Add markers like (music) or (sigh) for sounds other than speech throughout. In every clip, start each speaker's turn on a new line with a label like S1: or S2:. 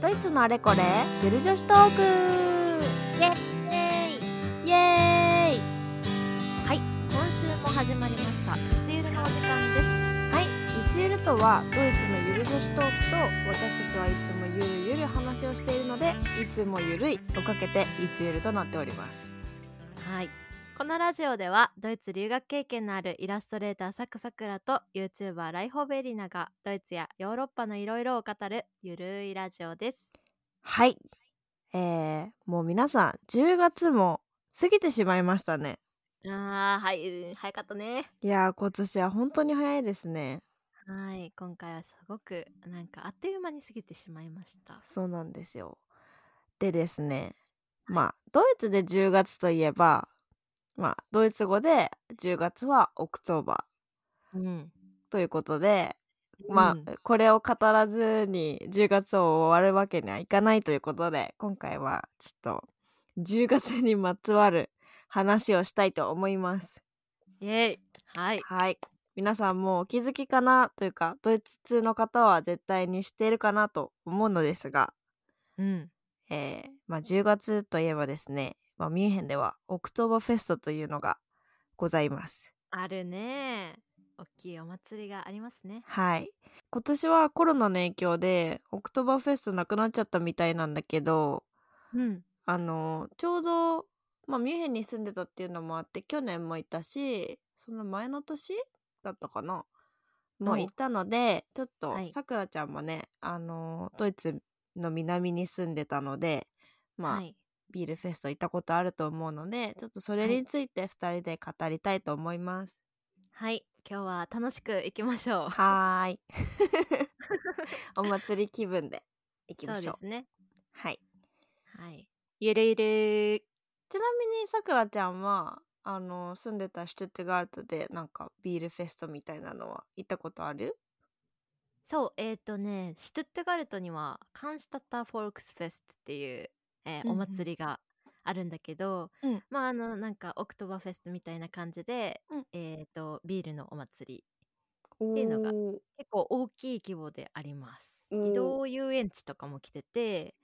S1: ドイツのあれこれゆる女子トーク
S2: イエーイ
S1: イエーイはい今週も始まりましたいつゆるのお時間ですはいいつゆるとはドイツのゆる女子トークと私たちはいつもゆるゆる話をしているのでいつもゆるいをかけていつゆるとなっております
S2: はいこのラジオではドイツ留学経験のあるイラストレーターサクサクラと YouTuber ライホベリナがドイツやヨーロッパのいろいろを語るゆるいラジオです
S1: はいえー、もう皆さん10月も過ぎてしまいましたね
S2: あーはい早かったね
S1: いやー今年は本当に早いですね
S2: はい今回はすごくなんかあっという間に過ぎてしまいました
S1: そうなんですよ。でですね、まあ、ドイツで10月といえば、まあ、ドイツ語で10月はオクトーバ
S2: うん
S1: ーということで、まあ、
S2: うん
S1: これを語らずに10月を終わるわけにはいかないということで、今回はちょっと10月にまつわる話をしたいと思います。
S2: イエーイはい
S1: はい。皆さんもうお気づきかなというか、ドイツ通の方は絶対に知っているかなと思うのですが、
S2: うん
S1: えーまあ、10月といえばですね、まあ、ミュンヘンではオクトーバーフェストというのがございます。
S2: あるね大きいお祭りがありますね
S1: はい。今年はコロナの影響でオクトーバーフェストなくなっちゃったみたいなんだけど、
S2: うん
S1: あのちょうど、まあ、ミュンヘンに住んでたっていうのもあって去年もいたしその前の年だったかなも
S2: お
S1: ういたのでちょっと
S2: はい
S1: さくらちゃんもねあのドイツの南に住んでたのでまあ、
S2: はい
S1: ビールフェスト行ったことあると思うのでちょっとそれ
S2: はい
S1: について2人で語りたいと思います。
S2: はい今日は楽しくいきましょう
S1: は
S2: (laughs)
S1: ーいお祭り気分で行きましょう。
S2: そうですね
S1: はい、
S2: はいゆるゆる
S1: ちなみにさくらちゃんはあの住んでたシュトゥットガルトでなんかビールフェストみたいなのは行ったことある
S2: そうえっ、とねシュトゥットガルトにはカンシュタッターフォルクスフェストっていう、えー
S1: うんうん
S2: お祭りがあるんだけど、
S1: うん
S2: まああのなんかオクトバーフェストみたいな感じで、
S1: うん
S2: えっ、とビールのお祭り
S1: って
S2: いうのが結構大きい規模であります
S1: おー
S2: 移動遊園地とかも来てて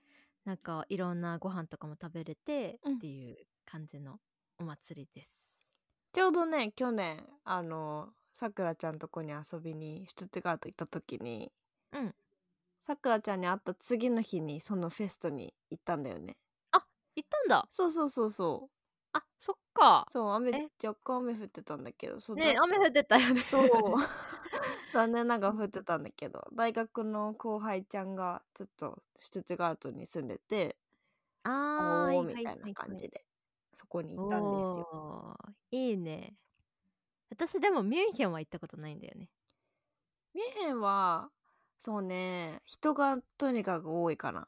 S2: なんかいろんなご飯とかも食べれて、
S1: うん
S2: っていう感じのお祭りです
S1: ちょうどね去年あのさくらちゃんとこに遊びにシュトゥットガルト行った時に
S2: うん
S1: さくらちゃんに会った次の日にそのフェストに行ったんだよね。
S2: 行ったんだ
S1: そうそうそうそ
S2: あそっか
S1: うそう雨
S2: え
S1: 若干雨降ってたんだけどそう
S2: ね
S1: だ
S2: 雨降ってたよね
S1: (laughs) そう残念ながら降ってたんだけど大学の後輩ちゃんがちょっとシュトゥットガルトに住んでて
S2: あー
S1: おお
S2: は
S1: み
S2: は
S1: たい
S2: は
S1: な感
S2: は
S1: じでそこに行ったんですよ。
S2: おーいいね私でもミュンヘンは行ったことないんだよね
S1: ミュンヘンはそうね人がとにかく多いかな。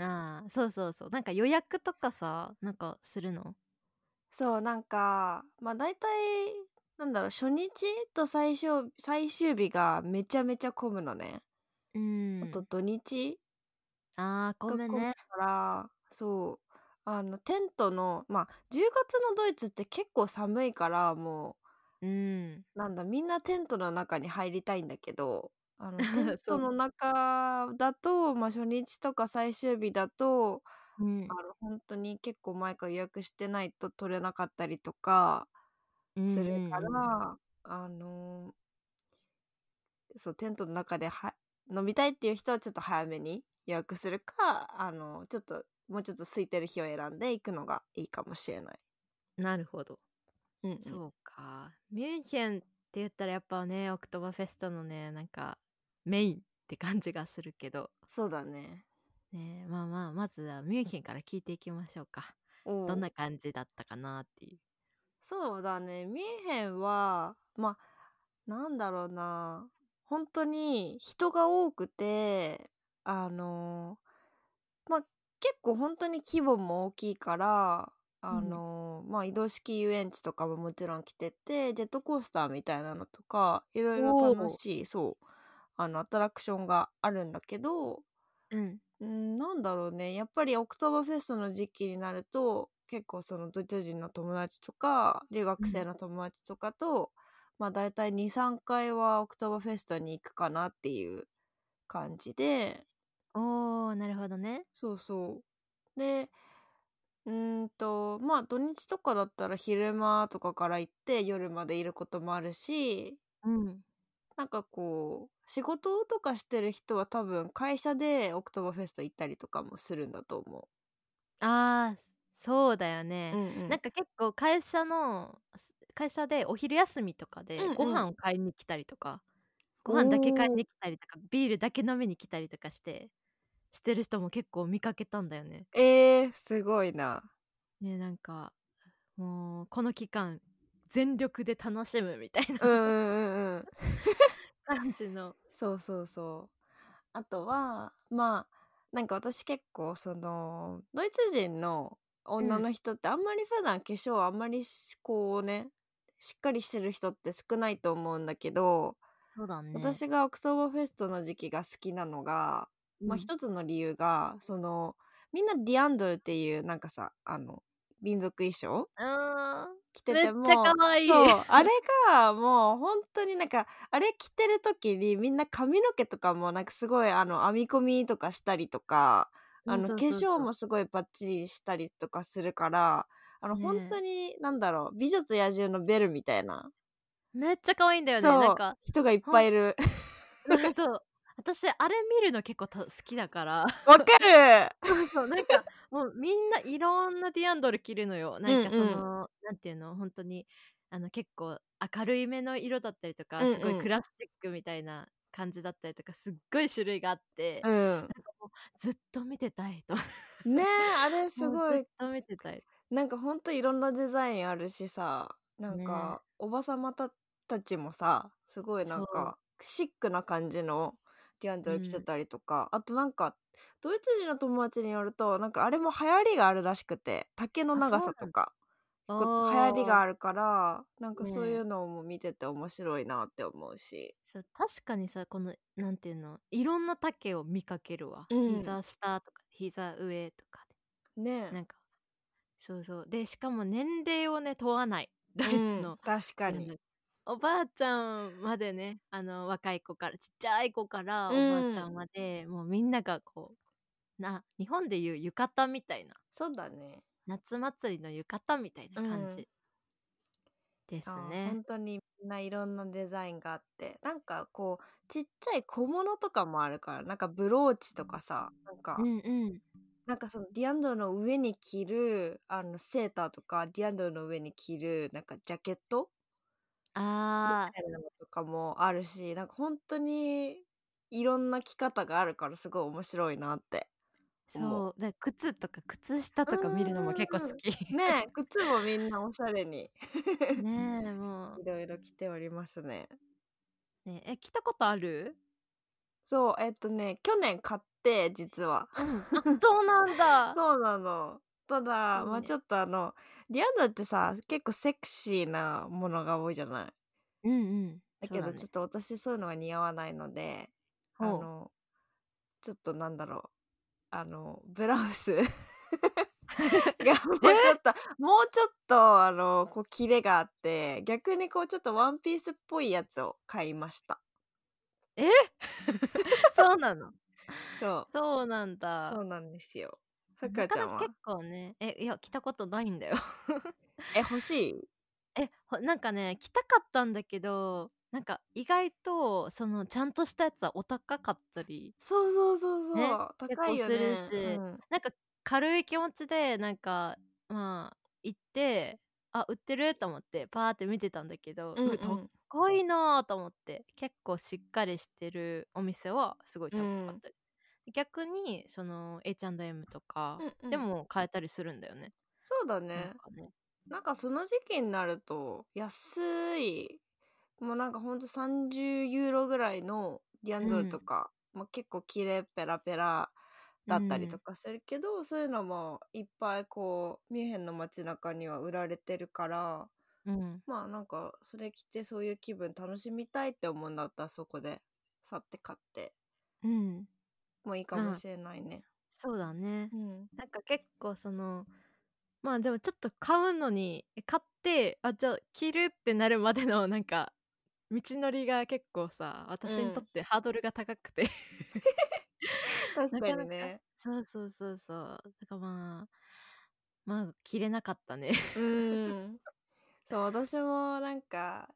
S2: ああそうそうそうなんか予約とかさなんかするの
S1: そうなんかまあ大体なんだろう初日と最終最終日がめちゃめちゃ混むのね。
S2: うん
S1: あと土日
S2: ああごめん
S1: 学
S2: ね
S1: からそうあのテントのまあ10月のドイツって結構寒いからも
S2: うん
S1: うなんだみんなテントの中に入りたいんだけどあのテ
S2: (laughs) そ
S1: ント
S2: う
S1: の中だと、まあ、初日とか最終日だと
S2: うん
S1: あの本当に結構前から予約してないと取れなかったりとかするから、
S2: うんうんうん
S1: あのそうテントの中では飲みたいっていう人はちょっと早めに予約するかあのちょっともうちょっと空いてる日を選んで行くのがいいかもしれない。
S2: なるほど
S1: うんうん
S2: そうかミュンヘンって言ったらやっぱねオクトバーフェストのねなんかメインって感じがするけど
S1: そうだね。
S2: ねまあまあまずはミュンヘンから聞いていきましょうか
S1: おう
S2: どんな感じだったかなっていう
S1: そうだねミュンヘンはまあなんだろうな本当に人が多くてあのまあ結構本当に規模も大きいからあの、まあ移動式遊園地とかももちろん来ててジェットコースターみたいなのとかいろいろ
S2: おー
S1: 楽しいそうあのアトラクションがあるんだけど
S2: うん
S1: うん、なんだろうね。やっぱりオクトーバーフェストの時期になると、結構そのドイツ人の友達とか、留学生の友達とかと、まあ大体2、3回はオクトーバーフェストに行くかなっていう感じで、
S2: おーなるほどね
S1: そうそう。で、うーんと、まあ土日とかだったら昼間とかから行って夜までいることもあるし、
S2: うん
S1: なんかこう、仕事とかしてる人は多分会社でオクトバーフェスト行ったりとかもするんだと思
S2: あーそうだよ
S1: う。
S2: ね、
S1: んうん
S2: なんか結構会社のす会社でお昼休みとかで
S1: うんうん
S2: ご飯を買いに来たりとか、ご飯だけ買いに来たりとかビールだけ飲みに来たりとかしてしてる人も結構見かけたんだよね。
S1: えー、すごいな。
S2: ねなんかもうこの期間全力で楽しむみたいな
S1: うんうんうんうん。
S2: (laughs) 感じの。
S1: そうそうそう。あとはまあなんか私結構そのドイツ人の女の人ってあんまり普段化粧あんまりしこうねしっかりしてる人って少ないと思うんだけど、
S2: そうだね
S1: 私がオクトーバーフェストの時期が好きなのが、まあ一つの理由がそのみんなディアンドルっていうなんかさあの民族衣装
S2: あ
S1: 着てても
S2: めっちゃ可愛い (laughs)
S1: そうあれがもう本当になんかあれ着てる時にみんな髪の毛とかもなんかすごいあの編み込みとかしたりとかあの化粧もすごいバッチリしたりとかするからあの
S2: ねえ
S1: 本当になんだろう「美女と野獣」のベルみたいな、
S2: めっちゃ可愛いんだよね
S1: そ
S2: なん
S1: う
S2: か
S1: 人がいっぱいいる
S2: そう私あれ見るの結構た好きだから
S1: わかる
S2: (laughs) そうなんかもうみんないろんなディアンドル着るのよなんかその、
S1: うん
S2: なんていうの本当にあの結構明るい目の色だったりとか、
S1: うんうん
S2: すごいクラシックみたいな感じだったりとかすっごい種類があって、
S1: うん
S2: ずっと見てたいと
S1: ねえあれす
S2: もう
S1: ご
S2: ずっ
S1: い
S2: と見てたい
S1: なんか本当いろんなデザインあるしさなんか、おばさまたたちもさすごいなんかシックな感じのディアンドル着てたりとか、あとなんかドイツ人の友達によるとなんかあれも流行りがあるらしくて竹の長さとか
S2: 流
S1: こう流行りがあるからなんか
S2: ねえ
S1: そういうのも見てて面白いなって思うし、
S2: そう確かにさこのなんていうのいろんな丈を見かけるわ、
S1: うん
S2: 膝下とか膝上とか
S1: ね
S2: で
S1: え
S2: なんかそうそうでしかも年齢をね問わない (laughs) ドイツ
S1: うん
S2: の、
S1: 確か
S2: あの
S1: に
S2: おばあちゃんまでねあの若い子からちっちゃい子からお
S1: うん
S2: ばあちゃんまで、もうみんながこうな日本でいう浴衣みたいな
S1: そうだね
S2: 夏祭りの浴衣みたいな感じです
S1: あー
S2: ね
S1: 本。当にみんないろんなデザインがあってなんかこうちっちゃい小物とかもあるからなんかブローチとかさなんか、
S2: うんうん、
S1: なんかそのディアンドルの上に着るあのセーターとかディアンドルの上に着るなんかジャケットみ
S2: あ
S1: たいなのとかもあるしなんか本当にいろんな着方があるからすごい面白いなって。
S2: ー
S1: も
S2: そうで靴とか靴下とか見るのも結構好き。
S1: ねえ靴もみんなおしゃれに
S2: (laughs) ねえも
S1: いろいろ着ておりますね。
S2: う、ねえ、え来たことある
S1: そうえっとね去年買って実は。
S2: そうなん (laughs) だ
S1: そうなの。ただ、
S2: いいね
S1: まあちょっとあの、ディアンドルってさ、結構セクシーなものが多いじゃない。
S2: うんうん
S1: だけど、ちょっと私そういうのが似合わないので、あ
S2: ほう
S1: の、ちょっとなんだろう、あの、ブラウ
S2: (laughs)
S1: スがもうちょっと、もうちょっと、あの、こう、キレがあって、逆にこう、ちょっとワンピースっぽいやつを買いました。
S2: そうなの
S1: そう。
S2: そうなんだ
S1: そうなんですよ。さくら
S2: な
S1: ち
S2: か
S1: ゃ
S2: なん
S1: は
S2: か。結構ねえいや来たことないんだよ (laughs)
S1: え、欲しい
S2: えほなんかね来たかったんだけどなんか意外とそのちゃんとしたやつはお高かったり
S1: そうそうそうそう。
S2: ね
S1: 高いよね。
S2: 結構するし
S1: うん
S2: なんか軽い気持ちでなんかまあ行ってあ売ってると思ってパーって見てたんだけど、
S1: うん
S2: う
S1: う
S2: わ
S1: ん
S2: 高いなと思って結構しっかりしてるお店はすごい高かったり、逆にその H&M とか、
S1: うんうん
S2: でも買えたりするんだよね。
S1: そうだ
S2: なん
S1: ね
S2: かね
S1: なんかその時期になると安いもうなんかほんと30ユーロぐらいのディアンドルとか、まあ、結構綺麗ペラペラだったりとかするけど、そういうのもいっぱいこうミュンヘンの街中には売られてるから
S2: うん、
S1: まあなんかそれ着てそういう気分楽しみたいって思うんだったらそこで去って買って
S2: うん、
S1: もいいかもしれないね。
S2: そうだね
S1: うん、
S2: なんか結構そのまあでもちょっと買うのにえ買ってあじゃあ着るってなるまでのなん (laughs) か道のりが結構さ私にとってハードルが高くて、
S1: (laughs) 確か
S2: なかな
S1: に
S2: か
S1: ね。
S2: そうそうそうそうだからまあまあ切れなかったね (laughs)
S1: うん。そう、私もなんか、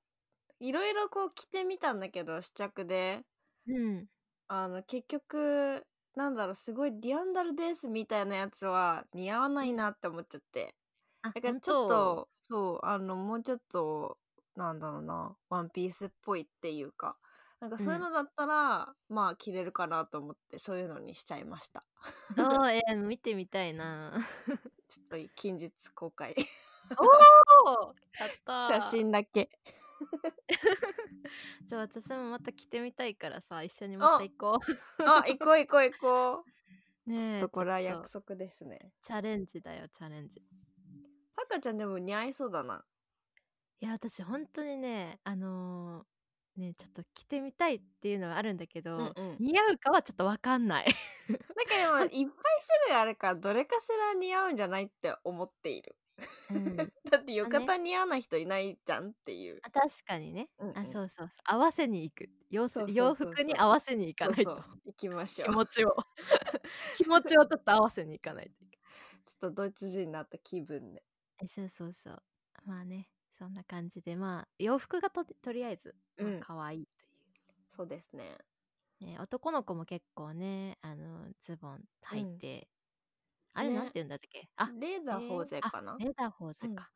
S1: いろいろこう着てみたんだけど、試着で。
S2: うん
S1: あの、結局、なんだろう、すごいディアンダルですみたいなやつは似合わないなって思っちゃって。
S2: あ
S1: だから
S2: 本
S1: ちょっ
S2: 当
S1: と、そう、あの、もうちょっと、なんだろうな、ワンピースっぽいっていうか、なんか
S2: う
S1: そういうんのだったら、まあ着れるかなと思って、そういうのにしちゃいました。
S2: どう (laughs) えー見てみたいな
S1: ちょっと近日公開。 (laughs)
S2: お (laughs) おやった
S1: 写真だけ。
S2: じゃあ私もまた着てみたいからさ一緒にまた
S1: あ、
S2: 行こ
S1: あ、行こう行こう行こう。
S2: う
S1: ちょっ
S2: ねえ
S1: と
S2: ちょ
S1: こ
S2: っ
S1: れは約
S2: と
S1: 束ですね。
S2: チャレンジだよチャレンジ
S1: さかちゃんでも似合いそうだな。
S2: いや私本当にねあのーねちょっと着てみたいっていうのはあるんだけ
S1: うん
S2: ど
S1: うん。
S2: 似合うかはちょっとわかんない (laughs)
S1: だけど、
S2: ほ
S1: いっぱ
S2: ん
S1: い種類あるから、どれかしら似合うんじゃないって思っている。 (laughs)
S2: うん
S1: だって
S2: あ
S1: 浴
S2: ね
S1: 衣似合わない人いないじゃんっていう。
S2: あ確かにね
S1: うんう
S2: あ
S1: ん。
S2: そうそうそう合わせに行く洋す
S1: そうそう
S2: 洋
S1: そう
S2: 服
S1: そ
S2: に
S1: う。
S2: 合わせに行か
S1: そう
S2: ない
S1: そ
S2: と (laughs)
S1: う。行きましょ
S2: 気
S1: う。
S2: 持ちを (laughs) 気持ちをちょっと合わせに行かないといけ
S1: ちょっとドイツ人になった気分で。
S2: (laughs) ないえそうそうそうまあねそんな感じでまあ洋服がととりあえず
S1: う
S2: まあ
S1: ん。
S2: 可愛いという
S1: そうですね。
S2: ね、男の子も結構ねあのズボン
S1: う
S2: 履い
S1: ん。
S2: てあれなん
S1: ね。
S2: て言うんだっけあ
S1: レー
S2: え
S1: ザー
S2: ー、
S1: 頬杖
S2: あ
S1: かな
S2: レダーホー
S1: う
S2: ズ
S1: ん。
S2: か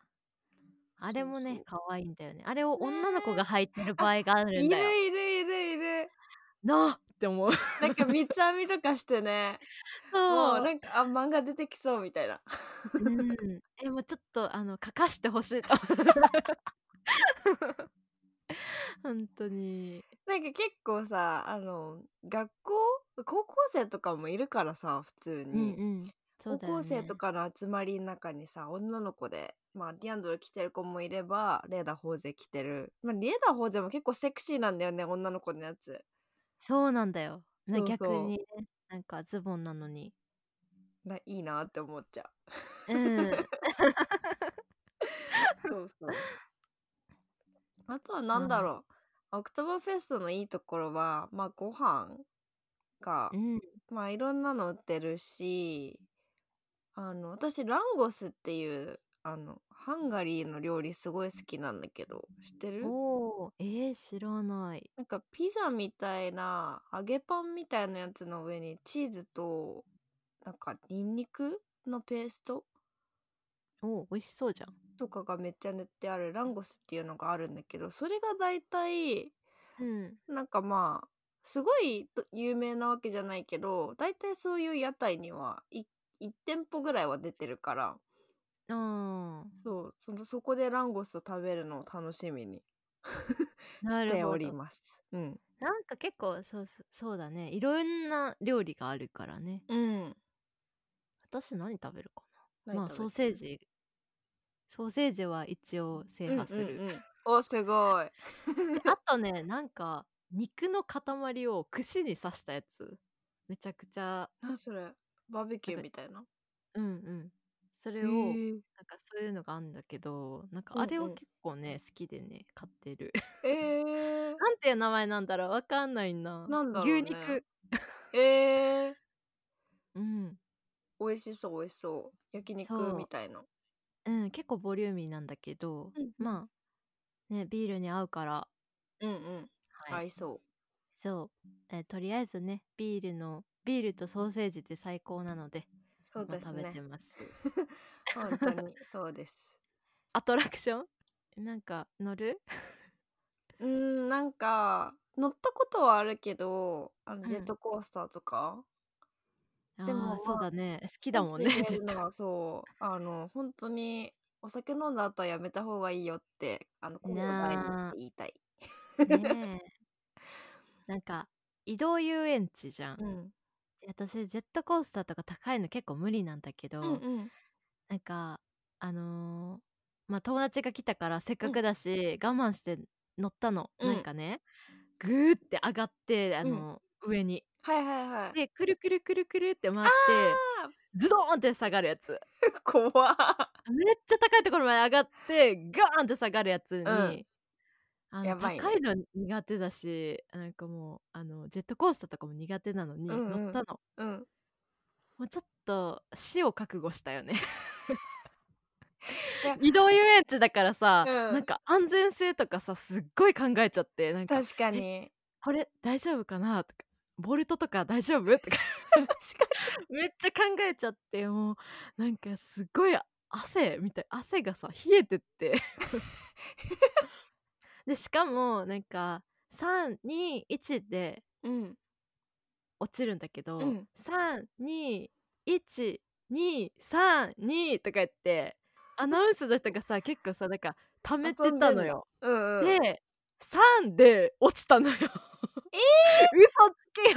S2: あれ
S1: そう
S2: もね
S1: そ
S2: 可愛いんだよねあれを
S1: う。ね
S2: 女の子が履いてる
S1: え。
S2: 場
S1: あ、
S2: 合があるん
S1: い
S2: だよ
S1: るいるいるいる。
S2: なあって思う
S1: なんか三つ編みとかして (laughs) ね。もう
S2: そ
S1: な
S2: うん
S1: か、あ、漫画出てきそうみたいな。
S2: うんえもうちょっとあの書かしてほし
S1: (laughs)
S2: いと本当に
S1: なんか結構さ、あの、学校高校生とかもいるからさ、普通
S2: うん
S1: に。
S2: うんそう
S1: 高
S2: だよ
S1: 校生と
S2: ね
S1: かの集まりの中にさ、女の子で、まあ、ディアンドル着てる子もいれば、レーダーホーゼ着てる。まあ、レーダーホーゼも結構セクシーなんだよね、女の子のやつ。
S2: そうなんだよな
S1: そう
S2: 逆
S1: そ
S2: にねなんかズボンなのに
S1: う。な、いいなって思っちゃう。
S2: うん
S1: そう
S2: (laughs)
S1: そう。あとはなんだ
S2: まあ
S1: ろう。オクトバーフェストのいいところは、まあ、ご飯が、
S2: うん
S1: まあ、いろんなの売ってるし、あの、私、ランゴスっていう、あの、ハンガリーの料理すごい好きなんだけど、知ってる
S2: おーえー、知らない
S1: なんかピザみたいな、揚げパンみたいなやつの上にチーズと、なんかニンニクのペースト
S2: おー美味しそうじゃん
S1: とかがめっちゃ塗ってあるランゴスっていうのがあるんだけど、それが大体、
S2: うん
S1: なんかまあ、すごいと有名なわけじゃないけど、大体そういう屋台には1、1店舗ぐらいは出てるから、
S2: あー
S1: そう、そのそこでランゴスを食べるのを楽しみにし
S2: なる
S1: てお
S2: ほ
S1: り
S2: ど
S1: ます。うん。
S2: なんか結構そうそうそうだねいろんな料理があるからね
S1: うん。
S2: 私何食べるかな
S1: 何
S2: まあ
S1: 食べ
S2: ソー
S1: て
S2: セー
S1: る
S2: ジソーセージは一応制
S1: うん
S2: 覇
S1: う
S2: す
S1: ん
S2: る
S1: うん。お、すごい。
S2: であとねなんか肉の塊を串に刺したやつめちゃくちゃ
S1: 何それバーベキ
S2: なん
S1: ュー
S2: か
S1: みたいな。
S2: うんうんそ
S1: へ
S2: れを
S1: え。
S2: なんかそういうのがあるんだけどなんか
S1: う
S2: あ
S1: ん
S2: れ
S1: う
S2: は
S1: ん。
S2: 結構ね好きでね買ってる
S1: ええ。
S2: (laughs) なんていう名前なんだろうわかんないな
S1: なんだろ
S2: 牛
S1: うね。
S2: 肉
S1: (laughs) ええ。
S2: うん
S1: 美味しそう美味しそう。焼肉み
S2: そ
S1: たいな。
S2: ううん結構ボリューミーなんだけど
S1: うんうん。
S2: まあねビールに合うから
S1: うんうん。
S2: は
S1: 合
S2: い
S1: いそう。
S2: そう、えーとりあえずねビールのビールとソーセージって最高なので
S1: そう
S2: まあ
S1: です
S2: 食べて
S1: ね。
S2: ます
S1: 本当
S2: (laughs)
S1: にそうです。
S2: アトラクションなんか乗る
S1: うーん、なんか、乗ったことはあるけど、あの、
S2: う
S1: ジェッ
S2: ん
S1: トコースターとか。で
S2: ああ
S1: も、
S2: ー
S1: ま
S2: そう
S1: あ、
S2: だね好きだ
S1: に
S2: もん
S1: つ
S2: ね
S1: いて
S2: ジェ
S1: る
S2: ッ
S1: の
S2: ト
S1: はそう、あの、本当に、お酒飲んだ後はやめた方がいいよって、あの、声を大にして
S2: なあ
S1: 言いたい。 (laughs)
S2: ねえなんか移動遊園地じゃん
S1: うん。
S2: で私ジェットコースターとか高いの結構無理なんだけ
S1: うん
S2: ど
S1: うん。
S2: なんかあのーまあ友達が来たからせっ
S1: う
S2: か
S1: ん
S2: くだし我慢して乗ったの
S1: う
S2: なん
S1: ん
S2: かねぐーって上がってあ
S1: うん。
S2: の上に
S1: はいはいはい。
S2: でくるくるくるくるって回って
S1: あ
S2: ズドーンって下がるやつ
S1: ー怖っ
S2: めっちゃ高いところまで上がってガーンって下がるやつ
S1: うん。
S2: にあ
S1: や
S2: の
S1: ばいね
S2: 高いの苦手だしなんかもうあのジェットコースターとかも苦手なのに、
S1: うんうん
S2: 乗ったの
S1: うん
S2: もうちょっと死を覚悟したよね
S1: いや
S2: 移動遊園地だからさ、
S1: うん
S2: なんか安全性とかさすっごい考えちゃってなんか
S1: 確かに
S2: これ大丈夫かなとかボルトとか大丈夫
S1: (laughs)
S2: とか
S1: 確
S2: めっちゃ考えちゃってもうなんかすごい汗みたい汗がさ冷えてって
S1: (laughs)
S2: でしかもなんか321で
S1: かにうん
S2: 落ちるんだけど、
S1: うん
S2: 3212232とか言ってアナウンスの人がさ結構さなんか溜めてたのよ。
S1: うんうん
S2: で3で落ちたの (laughs) よ。えー、嘘つけ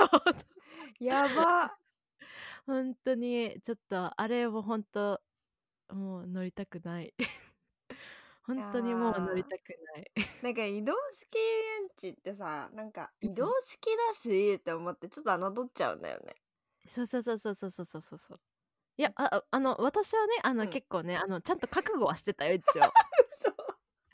S2: よ
S1: やば
S2: 本当にちょっとあれも本当もう乗りたくない。本当にもう乗りたくない。
S1: なんか移動式遊園地ってさなんか移動式だしって思ってちょっと侮っちゃうんだよね (laughs)
S2: そうそうそうそうそうそうそうそうそう。いやあああの私はねあの、
S1: うん
S2: 結構ねあのちゃんと覚悟はしてたよ一応。
S1: そう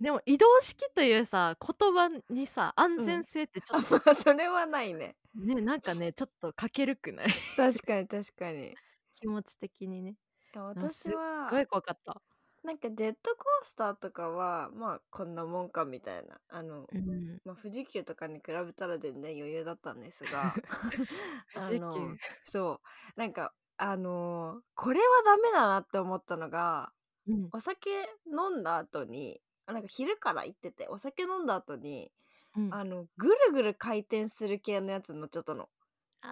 S2: でも移動式というさ言葉にさ安全性ってちょ
S1: あ
S2: っと、
S1: まあそれはないね
S2: ねなんかねちょっとかけるくない (laughs)
S1: 確かに確かにい
S2: 気持ち的にね
S1: や
S2: んか
S1: 私
S2: すす
S1: は
S2: ごい怖かった、
S1: なんかジェットコースターとかはまあこんなもんかみたいなあの、
S2: うん、
S1: まあ、富士急とかに比べたら全然余裕だったんですが
S2: (laughs)
S1: (laughs)
S2: 富士
S1: あ
S2: 急
S1: のそうなんかあのーこれはダメだなって思ったのが
S2: うん
S1: お酒飲んだ後にあなんか昼から行っててお酒飲んだ後に
S2: うん、あ
S1: あのぐるぐる回転する系のやつ乗っちゃったの。
S2: あー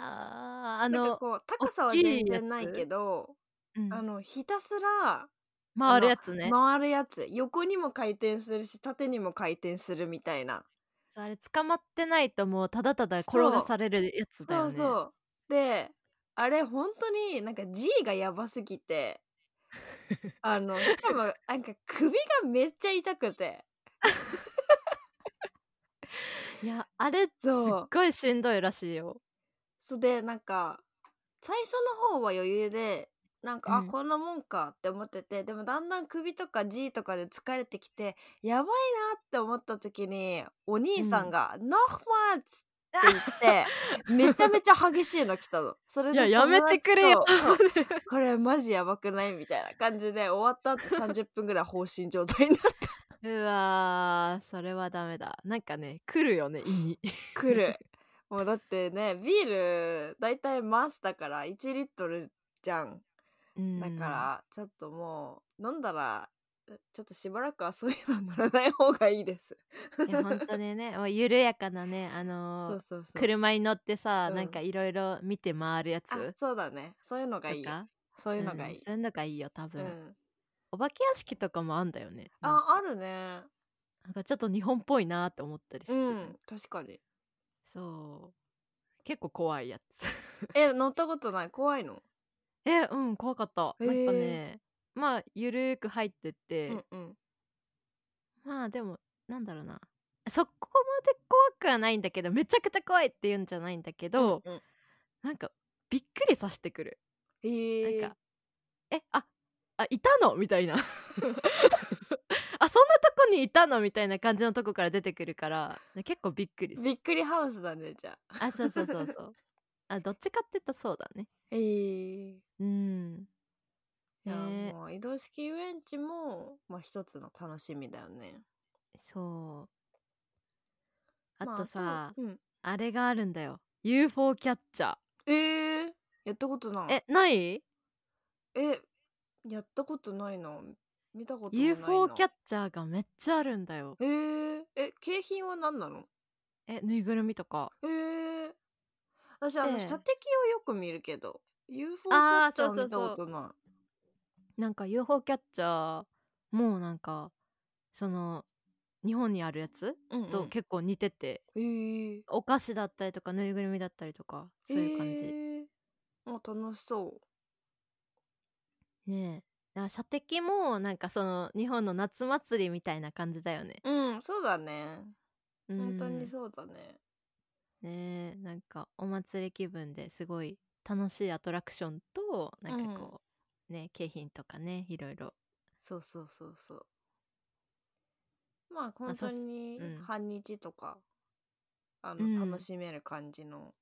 S1: な
S2: あ
S1: ん
S2: の
S1: かこう高さは
S2: 大きいやつ
S1: 全然ないけど
S2: うん
S1: あのひたすら
S2: 回るやつね
S1: 回るやつ横にも回転するし縦にも回転するみたいな。
S2: そうあれ捕まってないともうただただ転がされるやつだよ
S1: そう
S2: ね
S1: そう。であれ本当になんか G がやばすぎ
S2: (laughs)
S1: てあのしかもなんか首がめっちゃ痛くて
S2: いやあれすっ
S1: そう
S2: ごいしんどいらしいよ
S1: それでなんか最初の方は余裕でなんか、
S2: うん
S1: あこんなもんかって思っててでもだんだん首とか G とかで疲れてきてやばいなって思った時にお兄さん
S2: (laughs)
S1: が「ノーマーツ!」って言ってめちゃめちゃ激しいの来たの。それ
S2: い
S1: で
S2: ややめてくれよ
S1: 友達と
S2: (laughs)
S1: そうこれマジやばくないみたいな感じで終わった後30分ぐらい放心状態になって
S2: うわーそれはダメだなんかね来るよね胃に (laughs)
S1: くる。 (laughs) もうだってねビール大体マスだから1リットルじゃん。
S2: うん
S1: だからちょっともう飲んだらうちょっとしばらくはそういうの乗らない方がいいです。
S2: いや本当にねもう緩やかなねあのー
S1: そうそうそう。
S2: 車に乗ってさ、
S1: うん
S2: なんかいろいろ見て回るやつ
S1: あ
S2: と
S1: そうだね。そういうのがいい。
S2: か
S1: そういうのが
S2: う
S1: い
S2: ん
S1: い。
S2: そういうのがいいよ多
S1: う
S2: 分、
S1: ん。
S2: お化け屋敷とかもあんだよねなんか
S1: ああるね。
S2: なんかちょっと日本っぽいなって思ったりして、
S1: うん確か
S2: (laughs)
S1: に。
S2: そう結構怖いやつ (laughs)
S1: え乗ったことない怖いの。
S2: えうん怖かった、
S1: へー
S2: なんかねまあゆるーく入ってっ
S1: う
S2: て、
S1: んうん
S2: まあでもなんだろうなそこまで怖くはないんだけどめちゃくちゃ怖いっていうんじゃないんだけど、
S1: うん。
S2: なんかびっくりさせてくる
S1: えー、
S2: なんか、え、あ、あ、いたのみたいな。あ、そんなとこにいたのみたいな感じのとこから出てくるから、結構びっくりする。
S1: びっくりハウスだねじゃあ。 (laughs)
S2: あ、そうそうそうそう。あ、どっちかって言ったらそうだね。
S1: えー。
S2: うん。
S1: いや、
S2: ね
S1: もう移動式遊園地も、まあ、一つの楽しみだよね。
S2: そう。あ
S1: ま
S2: とさ、あ
S1: うん、
S2: れがあるんだよ。UFO キャッチャ
S1: えー、やったことない。
S2: ー。え、ない
S1: えやったことないな見たこともないな
S2: ?UFO キャッチャーがめっちゃあるんだよ。
S1: えー、え景品は何なの
S2: え、ぬいぐるみとか。
S1: えー、私あの
S2: ええ
S1: 射的をよく見るけど UFO キャ
S2: あ
S1: ッ
S2: ー
S1: チャー
S2: そうそう
S1: 見たことない
S2: なんか UFO キャッチャーもなんかその日本にあるやつ
S1: うんうん
S2: と結構似てて、
S1: えー、
S2: お菓子だったりとかぬいぐるみだったりとかそういう感じ、
S1: えー、もう楽しそう
S2: ねえだから射的もなんかその日本の夏祭りみたいな感じだよね
S1: うんそうだね本当に
S2: そ
S1: そうだね
S2: うんねえなんかお祭り気分ですごい楽しいアトラクションとなんかこう、ね景品とかねいろいろ
S1: そうそうそうそうまあ本当に
S2: うん
S1: 半日とか、あ
S2: うん
S1: の楽しめる感じの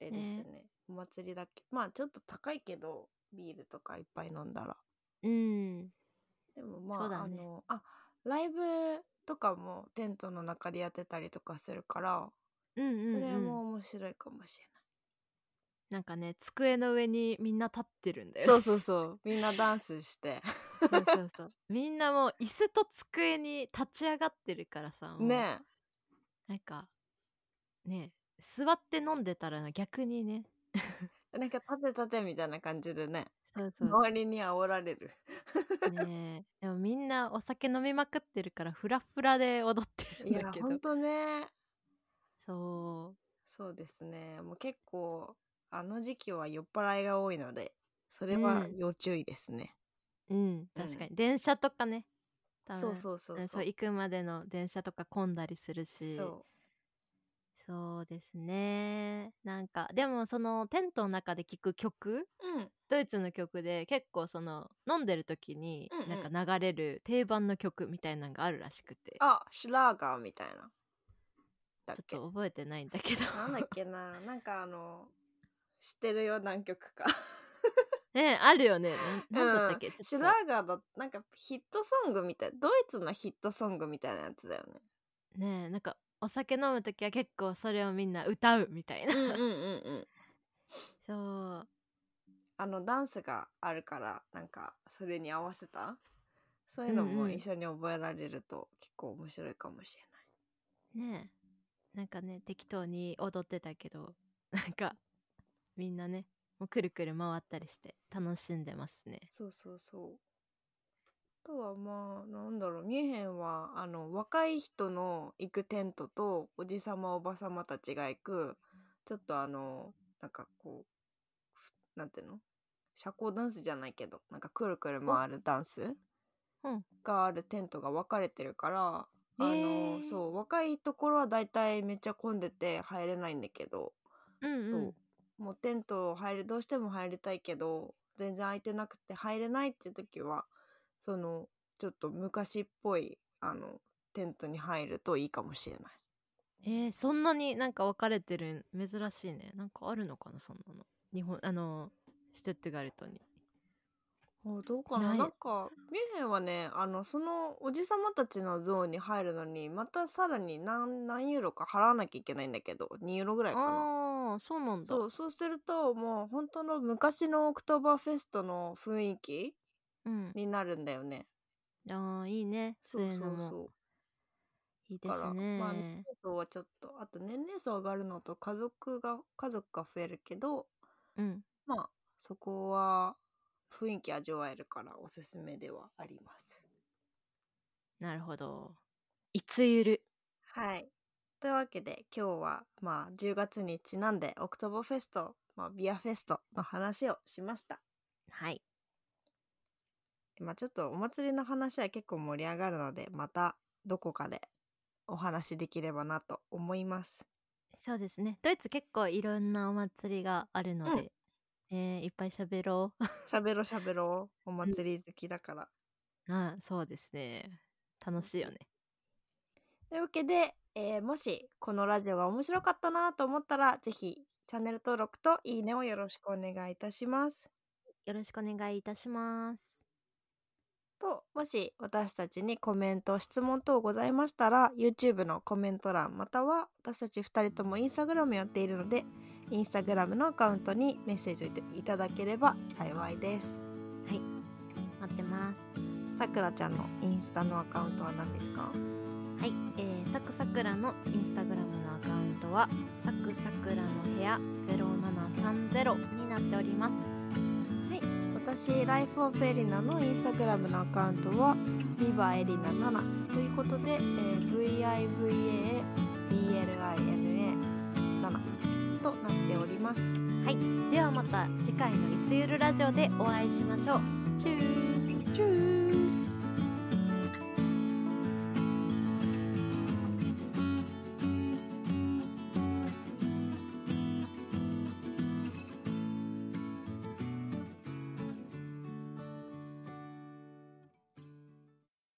S1: あれですね,、お祭りだけまあちょっと高いけどビールとかいっぱい飲んだら
S2: うん
S1: でもま
S2: そ
S1: あ、
S2: うだ
S1: あ
S2: ね
S1: のあライブとかもテントの中でやってたりとかするから
S2: うんうん、うん、
S1: それも面白いかもしれ
S2: なんかね机の上にみんな立ってるんだ
S1: ない、
S2: よね
S1: そうそうそう (laughs) みんなダンスして
S2: そうそうそうみんなもう椅子と机に立ち上がってるからさもう
S1: ね
S2: なんかね座って飲んでたら逆にね
S1: えなんか立て立てみたいな感じでね
S2: そうそうそ
S1: 周りに煽られる
S2: うねでもみんなお酒飲みまくってるからフラフラで踊ってる
S1: い (laughs)
S2: ん
S1: や
S2: だけど
S1: ほんとね
S2: そう
S1: そうですね。もう結構、あの時期は酔っ払いが多いので、それは
S2: うん
S1: 要注意ですね。
S2: うん確かに、電車とかね多分
S1: そうそうそう
S2: うん
S1: そ。
S2: そうう行くまでの電車とか混んだりするし
S1: そ
S2: そうですねなんかでもそのテントの中で聴く曲
S1: う。うん。
S2: ドイツの曲で結構その飲んでる時に
S1: うんうん
S2: なんか流れる定番の曲みたいなのがあるらしくて、
S1: あ、シュラーガーみたいな。だっ
S2: ちょっ
S1: け
S2: と覚えてないんだけど
S1: (laughs) なんだっけな。なんかあの、知ってるよ、何曲
S2: (laughs)
S1: か。
S2: ねあるよねななんだったっけ、
S1: うん、
S2: ち
S1: シ
S2: ょ
S1: ュ
S2: っ
S1: ラーガーだ、なんかヒットソングみたい。ドイツのヒットソングみたいなやつだよね。
S2: (laughs) とねなんかお酒飲む時は結構それをみんな歌うみたいな、
S1: う
S2: (laughs)
S1: んうんうんうん。
S2: そう
S1: あの、ダンスがあるから、なんか、それに合わせたそういうの
S2: うんう
S1: も
S2: ん
S1: 一緒に覚えられると結構面白いかもしれない。
S2: ねえなんかね適当に踊ってたけど (laughs) なんかみんなねもうくるくる回ったりして楽しんでますね
S1: そうそうそう。あとはまあなんだろうミュンヘンはあの若い人の行くテントとおじさまおばさまたちが行くちょっとあのなんかこうふなんていうの社交ダンスじゃないけどなんかくるくる回るダンス
S2: うん
S1: があるテントが分かれてるから、あ
S2: へ
S1: の
S2: ー
S1: そう若いところはだいたいめっちゃ混んでて入れないんだけど、
S2: うんう
S1: そ
S2: ん
S1: うもうテント入るどうしても入りたいけど全然空いてなくて入れないって時はそのちょっと昔っぽいあのテントに入るといいかもしれない
S2: えー、そんなになんか分かれてるん珍しいねなんかあるのかなそんなの日本あのシュトゥットガルトに
S1: おどうかな
S2: ない
S1: なんかミュンヘンはねあのそのおじさまたちのゾーンに入るのにまたさらに何何ユーロか払わなきゃいけないんだけど2ユーロぐらいかな
S2: ああそうなんだ
S1: そうそうするともう本当の昔のオクトーバーフェストの雰囲気
S2: うん
S1: になるんだよね
S2: あーいいね
S1: そ
S2: そうう
S1: そ
S2: いううの
S1: そ
S2: も
S1: う
S2: いいで
S1: だ
S2: す
S1: から、まあ、年齢
S2: ね
S1: 層はちょっとあと年齢層上がるのと家族が家族が増えるけど
S2: うん
S1: まあそこは雰囲気味わえるからおすすめではあります
S2: なるほどいつゆる
S1: はいというわけで今日はまあ10月にちなんでオクトボフェスト、まあ、ビアフェストの話をしました
S2: はい
S1: まあちょっとお祭りの話は結構盛り上がるのでまたどこかでお話できればなと思います
S2: そうですねドイツ結構いろんなお祭りがあるので、えーいっぱい喋ろう (laughs)
S1: 喋ろ喋ろうお祭り好きだから
S2: あそうですね楽しいよね
S1: というわけで、えーもしこのラジオが面白かったなと思ったら、ぜひチャンネル登録といいねをよろしくお願いいたします。
S2: よろしくお願いいたします
S1: と、もし私たちにコメント、質問等ございましたら、YouTube のコメント欄または私たち2人とも Instagram やっているので、Instagram のアカウントにメッセージをいただければ幸いです。
S2: 待ってます
S1: さくらちゃんのインスタのアカウントは何ですか
S2: はい、えー、サクサクラのインスタグラムのアカウントはサクサクラの部屋0730になっております
S1: 私ライフオブエリナのインスタグラムのアカウントはビバエリナ7ということで、えー VIVABLINA7 となっております
S2: ではまた次回のいつゆるラジオでお会いしましょうチュース